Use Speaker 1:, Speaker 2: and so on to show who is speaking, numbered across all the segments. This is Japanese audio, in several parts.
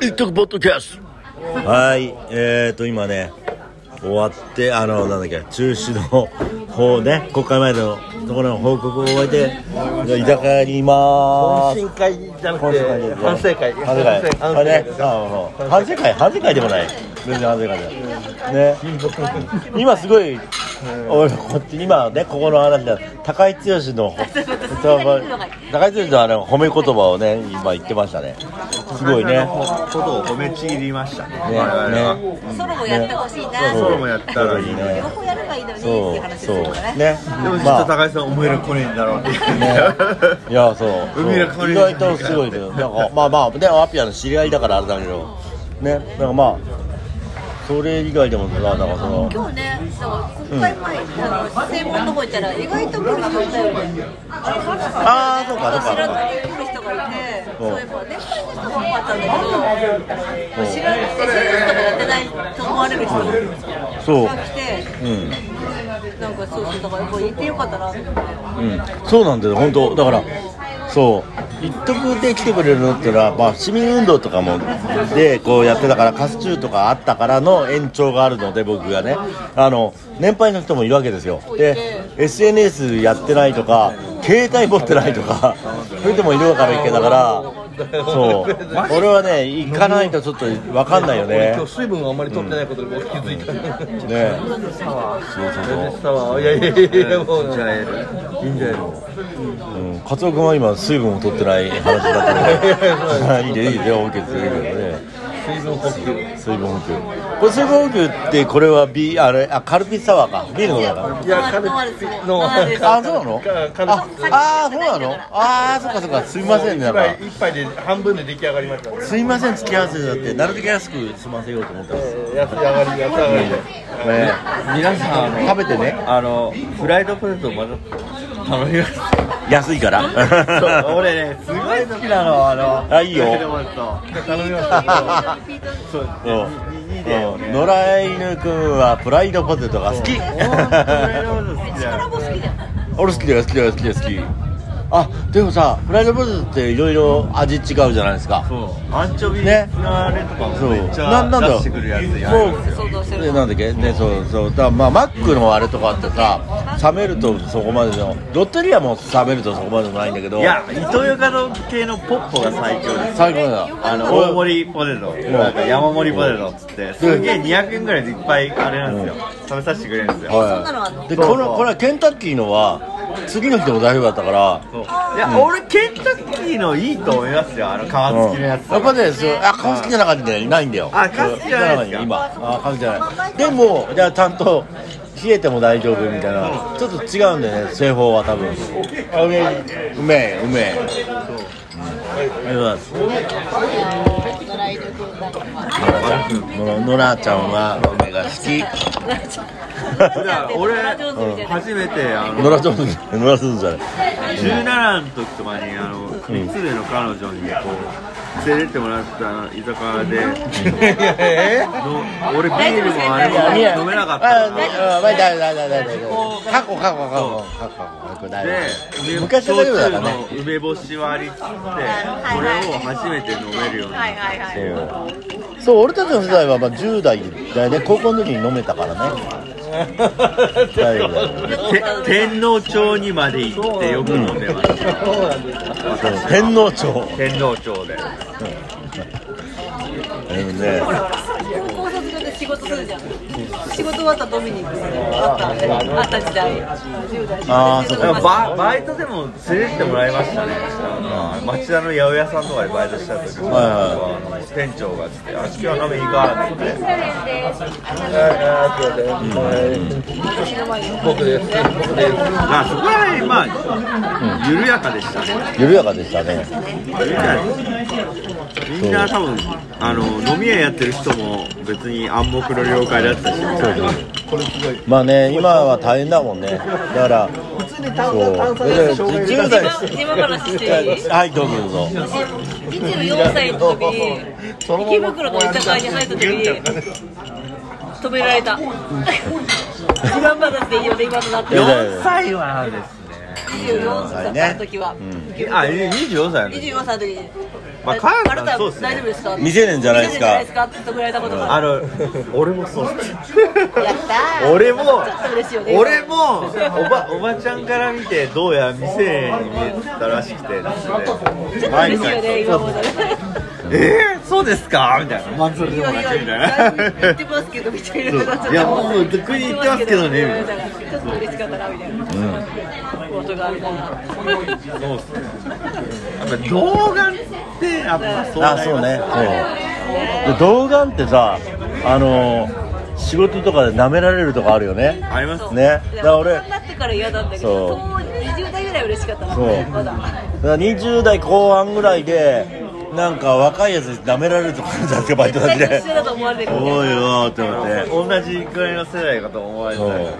Speaker 1: 一徳ポッドキャスト
Speaker 2: はい、えーと、今ね、終わって、あの、なんだっけ、中止の方ね、国会前のところの報告を終えて、じゃあ居酒屋にいまー
Speaker 1: 懇
Speaker 2: す。
Speaker 1: 親会じゃなく
Speaker 2: 懇親会
Speaker 1: て
Speaker 2: で
Speaker 1: 反省
Speaker 2: 反
Speaker 1: 会
Speaker 2: 省会。
Speaker 1: 反
Speaker 2: あ
Speaker 1: 省
Speaker 2: れ
Speaker 1: 会
Speaker 2: ね、ああ反省会、反省会でもない。全然反省会で。ね、今すごい、俺こっち今ねここの話だ高井剛のほ高井剛のあの褒め言葉をね今言ってましたねすごいね
Speaker 3: ことを褒めちぎりましたね
Speaker 2: ね
Speaker 3: 我々は
Speaker 2: ね
Speaker 4: ソロもやってほしいな、
Speaker 3: うソロもやったらいいね
Speaker 4: 両方やればいいのにって
Speaker 2: そ
Speaker 4: いう
Speaker 2: う
Speaker 4: 話
Speaker 2: そ
Speaker 4: を
Speaker 2: う
Speaker 4: するからね
Speaker 2: ね
Speaker 3: でも実は
Speaker 2: まあ
Speaker 3: 高橋さん思い出来ねえんだろうって
Speaker 2: いやそうそう
Speaker 3: 海の香り
Speaker 2: 意外とすごいですよなんかまあまあねアピアの知り合いだからあれだけどねなんかまあそれ以外でもまあなんかその
Speaker 4: 今日ね、そう国会前、あの正門のとこ行ったら意外と来る人いたよね
Speaker 2: ああそうかそう
Speaker 4: 知ら
Speaker 2: か
Speaker 4: ない来る人がいて、
Speaker 2: うん
Speaker 4: そういえば年配の人も多かったんだけど知らない SNS とかやってないと思われる人
Speaker 2: そう
Speaker 4: が来て
Speaker 2: うん
Speaker 4: なんかそうそう、だからこれ行ってよかったなと思って
Speaker 2: うん、そうなんだよ本当だからそう一徳で来てくれるのってのは、まあ、市民運動とかもでこうやってたからカスチューとかあったからの延長があるので僕がねあの年配の人もいるわけですよで SNS やってないとか携帯持ってないとかそういう人もいるからいけだからそう俺はね行かないとちょっと分かんないよね
Speaker 1: 今日水分をあんまり取ってないことに僕気づいた全
Speaker 2: ねそうそうそう
Speaker 1: 然したわいやいやいやいやもう
Speaker 3: じゃあ
Speaker 1: いいんじゃないの
Speaker 2: うん、カツオ君は今水分を取ってない話だったけどいいでいいで OK ですよいいよね
Speaker 1: 水分補給
Speaker 2: 水分補給これ水分補給ってこれはビあれあカルピスサワーかビールの方か
Speaker 1: いや
Speaker 4: ノンアル
Speaker 1: カルピスノン ア
Speaker 4: ノ
Speaker 1: ル
Speaker 4: ンア
Speaker 2: なあ
Speaker 4: ル
Speaker 2: そうなの
Speaker 1: かカル
Speaker 2: ああーそうなのああそっかそっかすいませんねなんか
Speaker 1: 一杯で半分で出来上がりましたね
Speaker 2: すいません付き合わせだってなるべく安く済ませようと思ってます、
Speaker 1: 安上がり安上がりで
Speaker 2: ね、
Speaker 3: 皆さ ん
Speaker 2: 食べてね
Speaker 3: あのフライドポテトまだ頼みます
Speaker 2: 安いから
Speaker 3: 俺ねすごい好きなのあの
Speaker 2: あいいよ
Speaker 3: フライドポテト
Speaker 1: 頼みました
Speaker 3: そう
Speaker 2: そう
Speaker 3: いいいだよね
Speaker 2: うん野良犬くんはプライドポテトが好き
Speaker 3: 本当フライドポテト好きだよ
Speaker 4: コラボ好きじゃん
Speaker 2: 俺好きだよ好きだよ好きだよ好きあでもさフライドポテトっていろいろ味違うじゃないですか
Speaker 3: そうアンチョビ
Speaker 2: ね
Speaker 3: のあれとかもめっち
Speaker 2: な
Speaker 3: ゃ
Speaker 2: んなんだ
Speaker 3: 出してくるやつや
Speaker 2: そ
Speaker 3: るんですよ
Speaker 4: 想像して
Speaker 2: で
Speaker 4: る
Speaker 2: なんだっけねそうそうだからまあマックのあれとかってさ冷めるとそこまでのロッテリアも冷めるとそこまでもないんだけど
Speaker 3: いやイトーヨーカドー系のポッポが最強です
Speaker 2: 最高だ
Speaker 3: あの大盛りポテト、なんか山盛りポテトっつって、すげえ200円ぐらいでいっぱいあれなんですよ、食べさせてくれるんですよ。
Speaker 2: はい
Speaker 4: そんなのあんの
Speaker 2: で
Speaker 3: そう
Speaker 2: こ
Speaker 3: そう
Speaker 2: のこれはケンタッキーのは次の日でも大丈夫だったから
Speaker 3: そういや、俺、ケンタッキーのいいと思いますよ、あの皮付きのやつ。
Speaker 2: やっぱね、そうあ、顔好きじゃなかったんだよ、いないんだよ。
Speaker 3: あ顔好きじゃないですか
Speaker 2: 今、あ、顔好きじゃない。でも、じゃあ、ちゃんと冷えても大丈夫みたいな、ちょっと違うんだよね、製法は多分。あ、うめえ、うめえ、うめえ。うんありがとうございます。ノラちゃんは梅が好き。
Speaker 3: いや俺、
Speaker 4: うん
Speaker 3: 初めて、あ
Speaker 2: ノ
Speaker 3: の、
Speaker 2: ラ上手じゃない、ノラ上手じゃない。
Speaker 3: 17の時とかに、あの、三つ目の彼女に、こう、連れてってもらった居酒屋で、の俺、ビールもあれも飲めなかった
Speaker 2: あ、
Speaker 3: から。
Speaker 2: まあ、だだだだだ。過去、過去、過去、過去、過去、大
Speaker 3: で
Speaker 2: 丈
Speaker 3: 梅
Speaker 2: 夫。昔は大丈夫だからね
Speaker 3: 焼。酎の梅干し割りってこれを初めて飲めるようにな
Speaker 4: はいはいはい
Speaker 2: そうそう俺たちの世代はまあ10代だよね高校の時に飲めたからね大丈夫だよ
Speaker 3: て天皇町にまで行ってよく飲んでました
Speaker 2: そう天皇町
Speaker 3: 天皇町で
Speaker 2: でもね
Speaker 4: ほら高校卒業で仕事するじゃん仕事終わったら飲みに行くあったあった時代10代
Speaker 2: あーそうか
Speaker 3: ババイトでも連れてってもらいましたねなんか町田の八百屋さんとかでバイトした時
Speaker 2: いは
Speaker 3: 店長が来て「あっ今日飲みに行か」って言って
Speaker 1: 僕です僕です
Speaker 3: まあそこら辺まあ緩やかでしたね
Speaker 2: 緩やかでしたね
Speaker 3: みんな多分あの飲み屋やってる人も別に暗黙の了解だったし
Speaker 2: まあね今は大変だもんねだからそうで10代
Speaker 4: 自慢話していい
Speaker 2: はいどうぞどうぞ
Speaker 4: 24歳の時に池袋の居酒屋に入った時に止められた自慢話でいいよね今となって
Speaker 2: いやいやいや
Speaker 3: 4歳はですね
Speaker 4: 24歳だった時は、
Speaker 3: あ、え24歳やね。
Speaker 4: 24歳の時に「
Speaker 3: まあカール
Speaker 4: あなた
Speaker 3: そう
Speaker 4: は
Speaker 3: っすね
Speaker 4: 大丈夫ですか?」
Speaker 2: 未成年じゃないですか
Speaker 4: 未成年じゃないですかって言ってくれたことがあ
Speaker 3: あ
Speaker 4: る
Speaker 3: の、俺もそう。
Speaker 4: やったー
Speaker 3: 俺も
Speaker 4: ちょっと嬉しいよ、ね
Speaker 3: 俺も、おば、おばちゃんから見て、どうやら未成年に見えたらしくて。
Speaker 4: ちょっと嬉しいよね今もね
Speaker 3: えー、そうですかみたいな。まあ、それでもなくみたい
Speaker 4: 言
Speaker 3: な
Speaker 4: っ。てますけどみたいな感じ
Speaker 3: いやもうとっくに言ってますけどねみたい
Speaker 4: ちょっと嬉しかったなみたいなことがあるな
Speaker 3: そうっすね。やっぱ動画って、やっぱそうな
Speaker 2: あ
Speaker 3: ります
Speaker 2: そうね
Speaker 3: よ
Speaker 2: そうで童顔ってさあの仕事とかで舐められるとかあるよね
Speaker 3: あります
Speaker 2: ねだ
Speaker 4: い
Speaker 2: か
Speaker 4: や
Speaker 2: ら
Speaker 4: 大
Speaker 2: 俺
Speaker 4: 人になってから嫌なんだけ
Speaker 2: そ
Speaker 4: ど
Speaker 2: う
Speaker 4: 当時20代ぐらい嬉しかったな
Speaker 2: そう
Speaker 4: まだ
Speaker 2: だから20代後半ぐらいでなんか若いやつに舐められるとかあるじゃないですかバイト先
Speaker 4: 絶対
Speaker 2: で
Speaker 4: 一緒だと思われてる
Speaker 2: おいよーって思って
Speaker 3: 同じぐらいの世代かと思われてたけど
Speaker 2: そ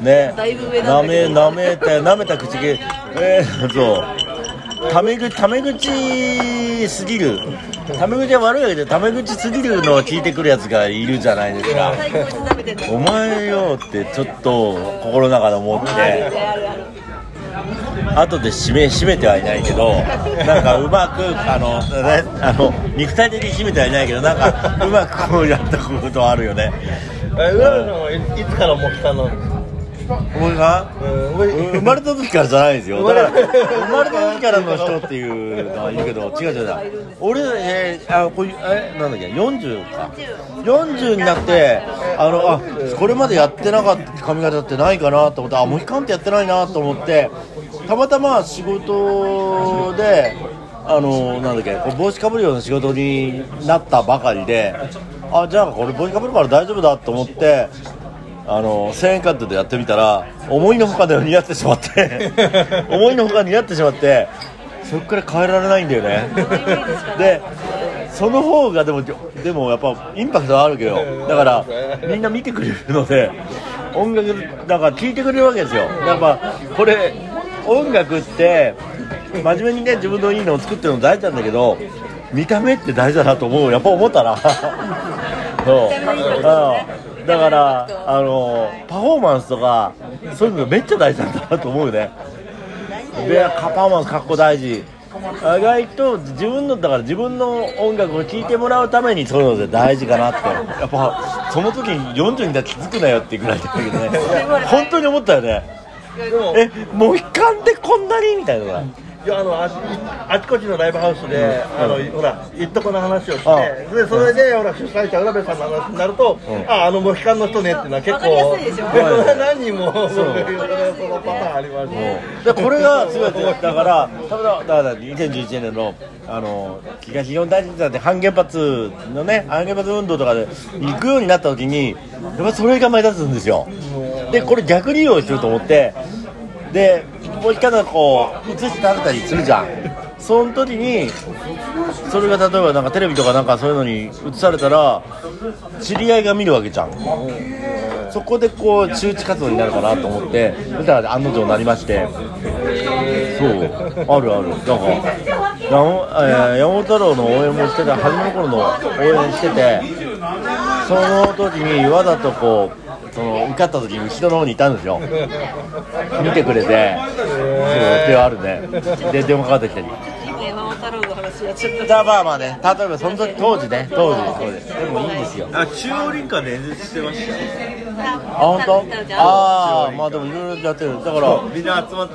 Speaker 2: うね
Speaker 4: だいぶ上な
Speaker 2: なん
Speaker 4: だけ
Speaker 2: め
Speaker 4: ど
Speaker 2: なめてなめた口毛えー、そうタメ口タメ口すぎるタメ口は悪いわけでタメ口すぎるのを聞いてくるやつがいるじゃないですか
Speaker 4: 最高に舐めてる
Speaker 2: お前よってちょっと心の中で思っ
Speaker 4: ある
Speaker 2: て
Speaker 4: ねあるある
Speaker 2: 後で締め締めてはいないけどなんかうまくあの,、ね、あの肉体的に締めてはいないけどなんかうまくこうやったことはあるよね
Speaker 1: え浦野さんはいいつからもう来たのうん
Speaker 2: お前が
Speaker 1: 俺
Speaker 2: 生まれた時からじゃないですよだから
Speaker 1: 生まれ
Speaker 2: 生まれた時からの人っていうのはいるけど違う違う違う俺えー、あこういうえなんだっけ40か40になってあのあこれまでやってなかった髪型ってないかなと思ってあモヒカンってやってないなと思ってたまたま仕事であのなんだっけこう帽子かぶるような仕事になったばかりであじゃあこれ帽子かぶるから大丈夫だと思ってあの1000円カットでやってみたら思いのほかで似合ってしまって 思いのほか似合ってしまってそっから変えられないんだよねでその方がでもでもやっぱインパクトはあるけどだからみんな見てくれるので音楽だから聴いてくれるわけですよやっぱこれ音楽って真面目にね自分のいいのを作ってるの大事なんだけど見た目って大事だなと思うやっぱ思ったらそううんだからあのパフォーマンスとかそういうのめっちゃ大事なんだなと思うねでパフォーマンス格好大事意外と自分のだから自分の音楽を聴いてもらうためにそういうので大事かなってやっぱその時に40にだって気づくなよっていうぐらいだけどね本当に思ったよね
Speaker 1: でも
Speaker 2: えモヒカンでこんなにみたいなのが
Speaker 1: いやあのああちこちのライブハウスで、あのほらいっとこの話をして、
Speaker 2: うん
Speaker 1: でそれで、ほら主催者浦部さんの話になると、
Speaker 2: ん
Speaker 1: ああのモヒカンの人ねっていうのは結構
Speaker 4: わかりやすいでしょ
Speaker 1: 何人もそ
Speaker 2: そう
Speaker 1: のパターンありますね
Speaker 2: でこれが全てだからただだから2011年のあの東日本大震災で反原発のね反原発運動とかで行くようになった時にやっぱそれが目立つんですよでこれ逆利用してると思ってでもう一回なんかこう映して食べたりするじゃんその時にそれが例えばなんかテレビとかなんかそういうのに映されたら知り合いが見るわけじゃんそこでこう周知活動になるかなと思ってそしたら案の定なりましてそうあるあるなんか山,、えー山本太郎の応援もしてた初めの頃の応援しててその時にわざとこうその受かった時に後ろの方にいたんですよ見てくれてそう手はあるねで電話かかってきたり
Speaker 4: 今山本太郎の話やっちゃった
Speaker 2: じゃあまあまあね例えばその時当時ね当時そうですでもいいんですよ
Speaker 3: あ、中央林間で演説してましたよ。
Speaker 4: あ
Speaker 2: あ本当
Speaker 4: あ
Speaker 2: ああまあでもいろいろやってるだから
Speaker 3: みんな集まって、ちょっと集まって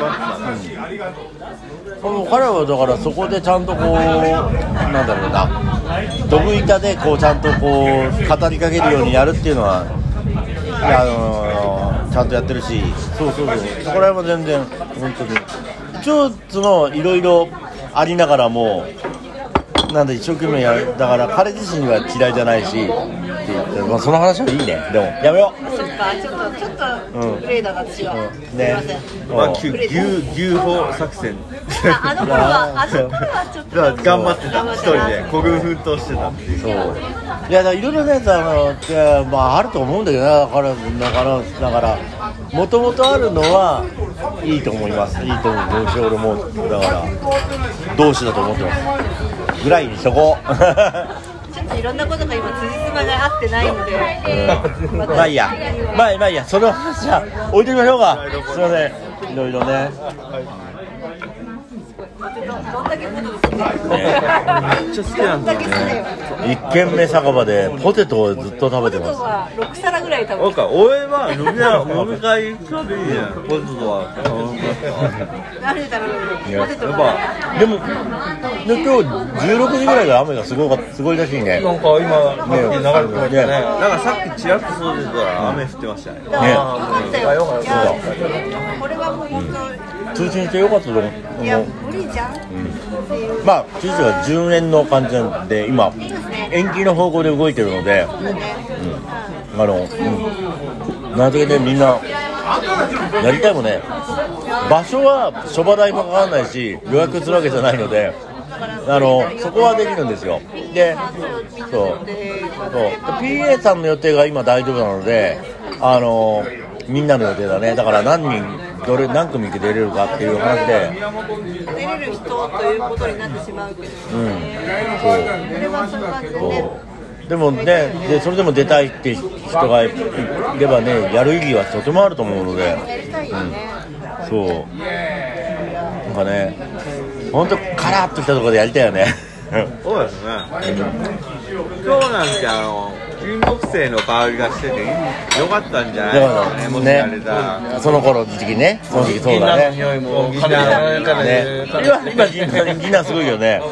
Speaker 3: たんですよ
Speaker 2: そう彼はだからそこでちゃんとこうなんだろうなドブ板でこうちゃんとこう語りかけるようにやるっていうのはいやあのーちゃんとやってるしそうそうそうそこら辺も全然本当に一応そのいろいろありながらもなんで一生懸命やるだから彼自身は嫌いじゃないしって言って、まあ、その話はいいねでもやめよ
Speaker 4: そっかちょっとちょっとグレーだ私は、
Speaker 2: う
Speaker 4: すい
Speaker 2: ね
Speaker 4: ません
Speaker 3: まあ、
Speaker 2: うん
Speaker 3: 牛、牛、牛砲作戦。
Speaker 4: ああ の頃はあの頃はちょっと
Speaker 3: だから頑張ってた、一人
Speaker 4: な
Speaker 3: で、孤軍奮闘してたっていう。
Speaker 2: そういやだいろいろねあのってまああると思うんだけどなだからだからだからもともとあるのはいいと思いますいいと思うし俺もだから同志だと思ってますぐらいにしとこう
Speaker 4: ちょっといろんなことが今辻褄が合ってないので
Speaker 2: まあいいやまあまあいいやその話は置いときましょうかすいませんいろいろね
Speaker 4: どんだけポテト好きだよ
Speaker 3: めっちゃ好きなんだよね
Speaker 2: 一軒目酒場でポテトをずっと食
Speaker 4: ポ
Speaker 2: べ
Speaker 4: テ
Speaker 2: て
Speaker 4: ト
Speaker 2: ま
Speaker 4: は6皿ぐらい食べ
Speaker 3: なんか俺は飲み屋飲み会行くたびにねポテトは
Speaker 4: て何で食べるのポテト
Speaker 3: やっ
Speaker 4: が
Speaker 3: ぱ
Speaker 2: すでもで今日16時ぐらいが雨がすごかったすごいらしいね
Speaker 1: なんか
Speaker 2: ね
Speaker 1: 今、ね、流れてましたね。
Speaker 3: なんかさっきちらっとそうでたら雨降ってましたね
Speaker 4: だからよかったよ
Speaker 1: ね
Speaker 4: いやこれはもう本当
Speaker 2: 通信してよかったと思う
Speaker 4: いや無理じゃんっていう
Speaker 2: まあ通信は順延の感じなんで今延期の方向で動いてるのであの、うん、なぜでみんなやりたいもんね場所は諸場代もかからないし予約するわけじゃないのであのそこはできるんですよでそうそう PA さんの予定が今大丈夫なのであのみんなの予定だねだから何人どれ何組出れるかっていう話で
Speaker 4: 出れる人ということになってしまうけどそ
Speaker 2: うんそう
Speaker 4: れはそういう感じでね
Speaker 2: そうでもねでそれでも出たいって人がいればねやる意義はとてもあると思うので
Speaker 4: やりたいよね
Speaker 2: そうなんかね本当カラッときたところでやりたいよね
Speaker 3: そうですね今日なんてあの金木犀の香りがしてて良かったんじゃないですかねもしやれたら、
Speaker 2: その頃の時期ねその時期そう
Speaker 1: 銀
Speaker 2: だ
Speaker 1: 杏
Speaker 2: ね
Speaker 1: の匂いも、
Speaker 3: そう
Speaker 1: 髪の中
Speaker 2: ね
Speaker 1: で、
Speaker 2: 今今銀杏銀杏すごいよね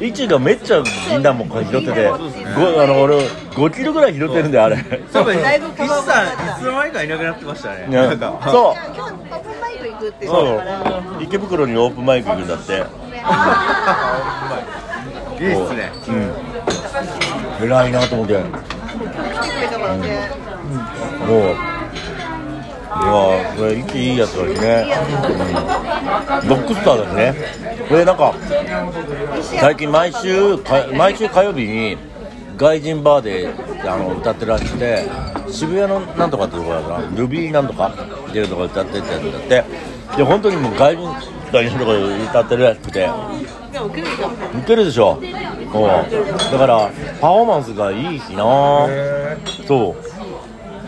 Speaker 2: 一がめっちゃ銀杏もこう拾っててごあの俺5キロぐらい拾ってるんだよあれ
Speaker 3: 多分
Speaker 4: だいぶ
Speaker 3: 一さんいつの間にかいなくなってましたね、なんか
Speaker 2: そう
Speaker 4: 今日オープンバイク行くって言っ
Speaker 2: そ
Speaker 4: てたから
Speaker 2: う池袋にオープンマイク行くんだって
Speaker 3: いいっすね
Speaker 2: うん偉いなと思ってもう
Speaker 4: 来てくれたからね
Speaker 2: うわこれ息いいやつだしね、うん、ロックスターだしねこれなんか最近毎週か毎週火曜日に外人バーであの歌ってらっしゃって渋谷のなんとかってとこだからルビーなんとかっていうとこ歌ってってやつだってで本当にもう外人外人のとこで歌ってるらしくて
Speaker 4: でも来るじゃん
Speaker 2: 似てるでしょおだからパフォーマンスがいいしなそう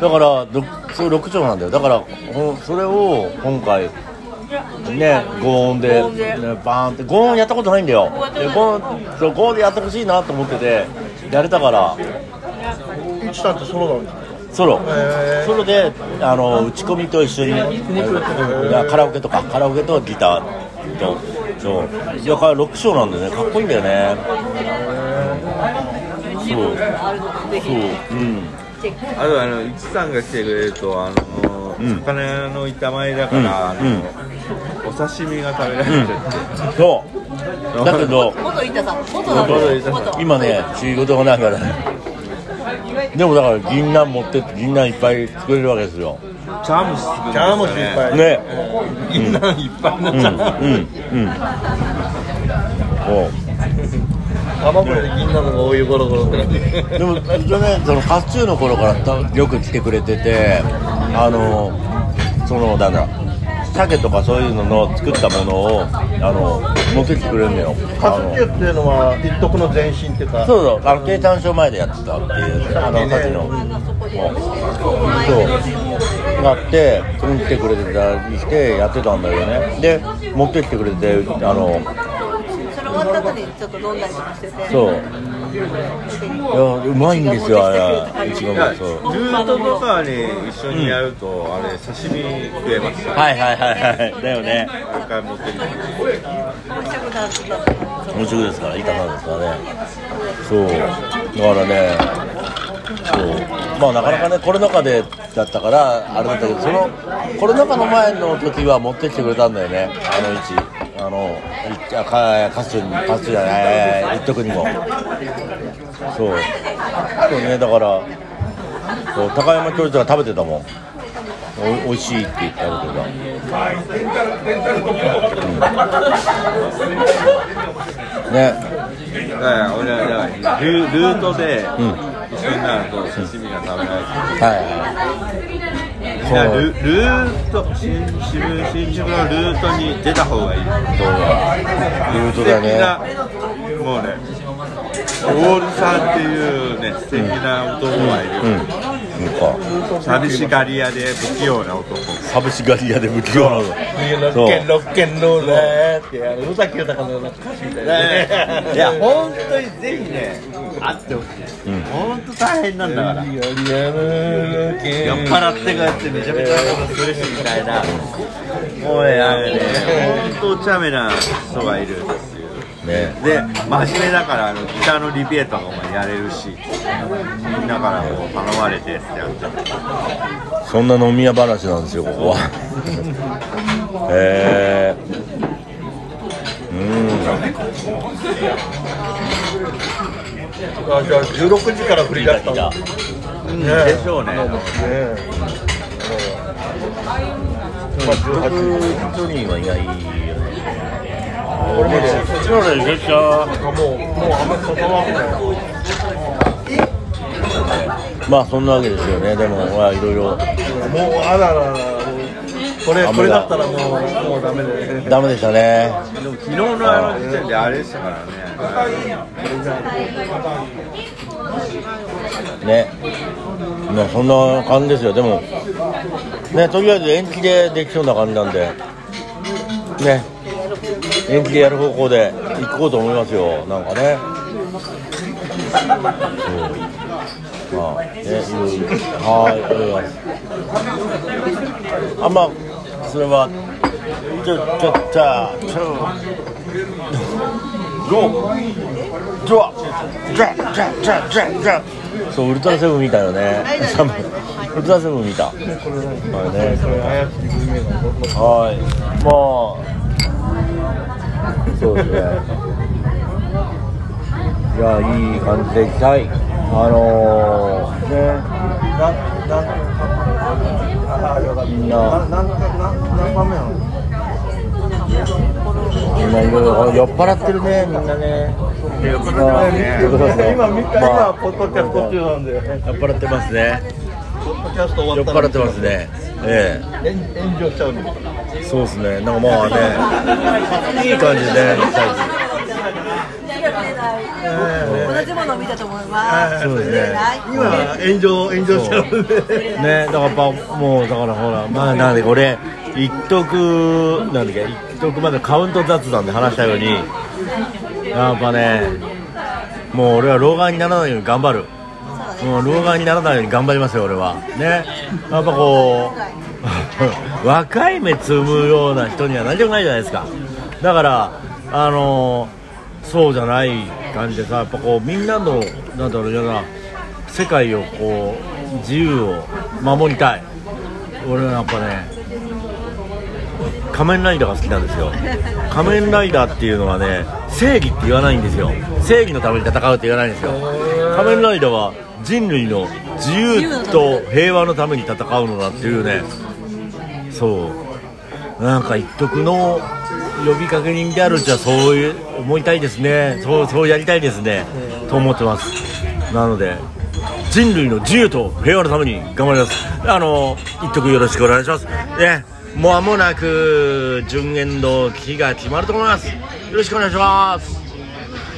Speaker 2: だからどそう6兆なんだよだからほんそれを今回ね合音で、ね、バーンって合音やったことないんだよで合音そう合音でやってほしいなと思っててやれたから
Speaker 1: 一さんってソロなんですか
Speaker 2: ソロ
Speaker 1: へー
Speaker 2: ソロであの打ち込みと一緒にあカラオケとかカラオケとギターとそうだから6章なんだよねかっこいいんだよねそう
Speaker 4: あるのでぜ
Speaker 2: そう
Speaker 4: ひ
Speaker 2: うん
Speaker 4: チェック
Speaker 3: あとあの一さんが来てくれるとあの
Speaker 2: うん
Speaker 3: 魚屋の板前だから、あの
Speaker 2: うん
Speaker 3: お刺身が食べられるって、
Speaker 2: そうだけど
Speaker 4: 元板さん元なんだよ元
Speaker 2: 今ね仕事がないからねでもだから銀杏持ってって銀杏いっぱい作れるわけですよ
Speaker 3: 茶碗蒸し作るんですよね
Speaker 1: 茶碗蒸しい
Speaker 2: ね
Speaker 3: 銀杏いっ
Speaker 1: っぱい
Speaker 3: ぱいの
Speaker 2: うんうん
Speaker 3: 茶碗
Speaker 2: うんおう
Speaker 1: 卵より銀杏の方が多いゴロゴロってなって
Speaker 2: でも一応ねそのカスチューの頃からたよく来てくれててあのそのなんだ鮭とかそういうのの作ったものをあの持ってきてくれるんだよ
Speaker 1: カ
Speaker 2: あ
Speaker 1: ス
Speaker 2: の
Speaker 1: チューっていうのは一徳の前身っていうか
Speaker 2: そうそうあの低炭症前でやってたっていうあのさっきの
Speaker 4: がそこで
Speaker 2: そうがあってそれに来てくれてたりしてやってたんだよねで持ってきてくれてあの
Speaker 4: それ終わった後にちょっと飲んだりとかしてて
Speaker 2: そういやうまいんですよあれいちご
Speaker 3: いや
Speaker 2: も
Speaker 3: ル
Speaker 2: そう
Speaker 3: ートとかに一緒にやると、あれ刺身食えました
Speaker 2: はいはいはいはいだよね
Speaker 3: 一回持ってきて
Speaker 4: 美味しくなってた
Speaker 2: もうすぐですから、いい方ですからね。そう、だからね。そう、まあ、なかなかね、コロナ禍でだったから、あれだったけど、その。コロナ禍の前の時は持ってきてくれたんだよね、あの位置。あの、いあか、かすに、かすじゃない、一徳にも。そう。そうね、だから。そう高山教授が食べてたもん。お美味しいって言って食べてた。うんね。
Speaker 3: だから俺はだからルルートで
Speaker 2: ん
Speaker 3: 一緒になると刺身が食べられる
Speaker 2: はい。
Speaker 3: いやルルート新渋新宿のルートに出た方がいい
Speaker 2: そうだ。ルートだね。
Speaker 3: ねもうねオールさんっていうね素敵な男がいる、
Speaker 2: うん。うか
Speaker 3: 寂しがり屋で不器用な男
Speaker 2: 寂しがり屋で不器用なの
Speaker 1: ロッケンロッケンローラーってあの宇崎豊のような歌詞みたいなね
Speaker 3: いや本当にぜひね会ってほしい、
Speaker 2: うん
Speaker 3: 本当大変なんだから酔っ
Speaker 1: リアルロッケン
Speaker 3: 払ってこうやってめちゃめちゃなことするしみたいなもうねあのね本当お茶目な人がいるんですよ
Speaker 2: ね
Speaker 3: で真面目だからあのギターのリピエーターとかもやれるしみんなからもう頼まれてってやって
Speaker 2: そんな飲み屋話なんですよここは へえうん
Speaker 1: あじゃあ16時から振り出したのね
Speaker 3: でしょうね
Speaker 1: えまあ
Speaker 2: 僕ジ
Speaker 1: 18
Speaker 2: ョニーはいないよね
Speaker 1: これまでこっちまで出ちゃもうもうあんまり関わらない
Speaker 2: まあそんなわけですよねでもまあいろいろ
Speaker 1: もうあらららもうこれ
Speaker 2: 雨だ
Speaker 1: これだったらもうもうダメだよね
Speaker 2: ダメでしたね
Speaker 3: でも昨日のあの時点であれでしたからね
Speaker 2: ねまあそんな感じですよでもねとりあえず延期でできそうな感じなんでね延期でやる方向で行こうと思いますよなんかねそうまあねいろいろはいありがとうございますあんまあそれはちょちょちゃちょどうじゃじゃじゃじゃじゃじゃそうウルトラセブン見たよね
Speaker 4: い大丈夫大丈夫
Speaker 2: ウルトラセブン見たはいね
Speaker 1: これ怪しいグルメが
Speaker 2: はいまあそうですねじゃあいい感じでいきたいあのー、ね
Speaker 1: なんなんああよかった
Speaker 2: みんな
Speaker 1: なんかなん何番目なの
Speaker 2: みんないろいろ酔っ払ってるねみんなね
Speaker 3: 酔っ払って
Speaker 2: まあ
Speaker 3: ますね
Speaker 2: ということですね
Speaker 1: 今見た
Speaker 2: ま
Speaker 1: 今
Speaker 2: あ
Speaker 1: ポッドキャスト中なんで
Speaker 2: 酔っ払ってますね
Speaker 1: ポッドキャスト
Speaker 2: 酔
Speaker 1: 終
Speaker 2: っ
Speaker 1: わったら
Speaker 2: 払ってますねええ
Speaker 1: 炎炎上しちゃうの
Speaker 2: そうですねなんかまあねいい感じでね
Speaker 4: 同じものを見たと思います。
Speaker 2: そうですね
Speaker 4: 見れない
Speaker 1: 今炎上炎上しちゃうんで
Speaker 2: ねだからやっぱもうだからほらまあなんでこれ一徳なんだっけ一徳までカウント雑談で話したようにやっぱねもう俺は老眼にならないように頑張るもう老眼にならないように頑張りますよ俺はねやっぱこう 若い目つむような人には何でもないじゃないですかだからあのそうじゃない感じでさやっぱこうみんなのなんだろうやな世界をこう自由を守りたい俺はやっぱね仮面ライダーが好きなんですよ仮面ライダーっていうのはね正義って言わないんですよ正義のために戦うって言わないんですよ仮面ライダーは人類の自由と平和のために戦うのだっていうねそうなんか一徳の呼びかけ人であるじゃそういう思いたいですねそうそうやりたいですねと思ってますなので人類の自由と平和のために頑張りますあの一徳よろしくお願いしますねもう間もなく順延の期が決まると思いますよろしくお願いします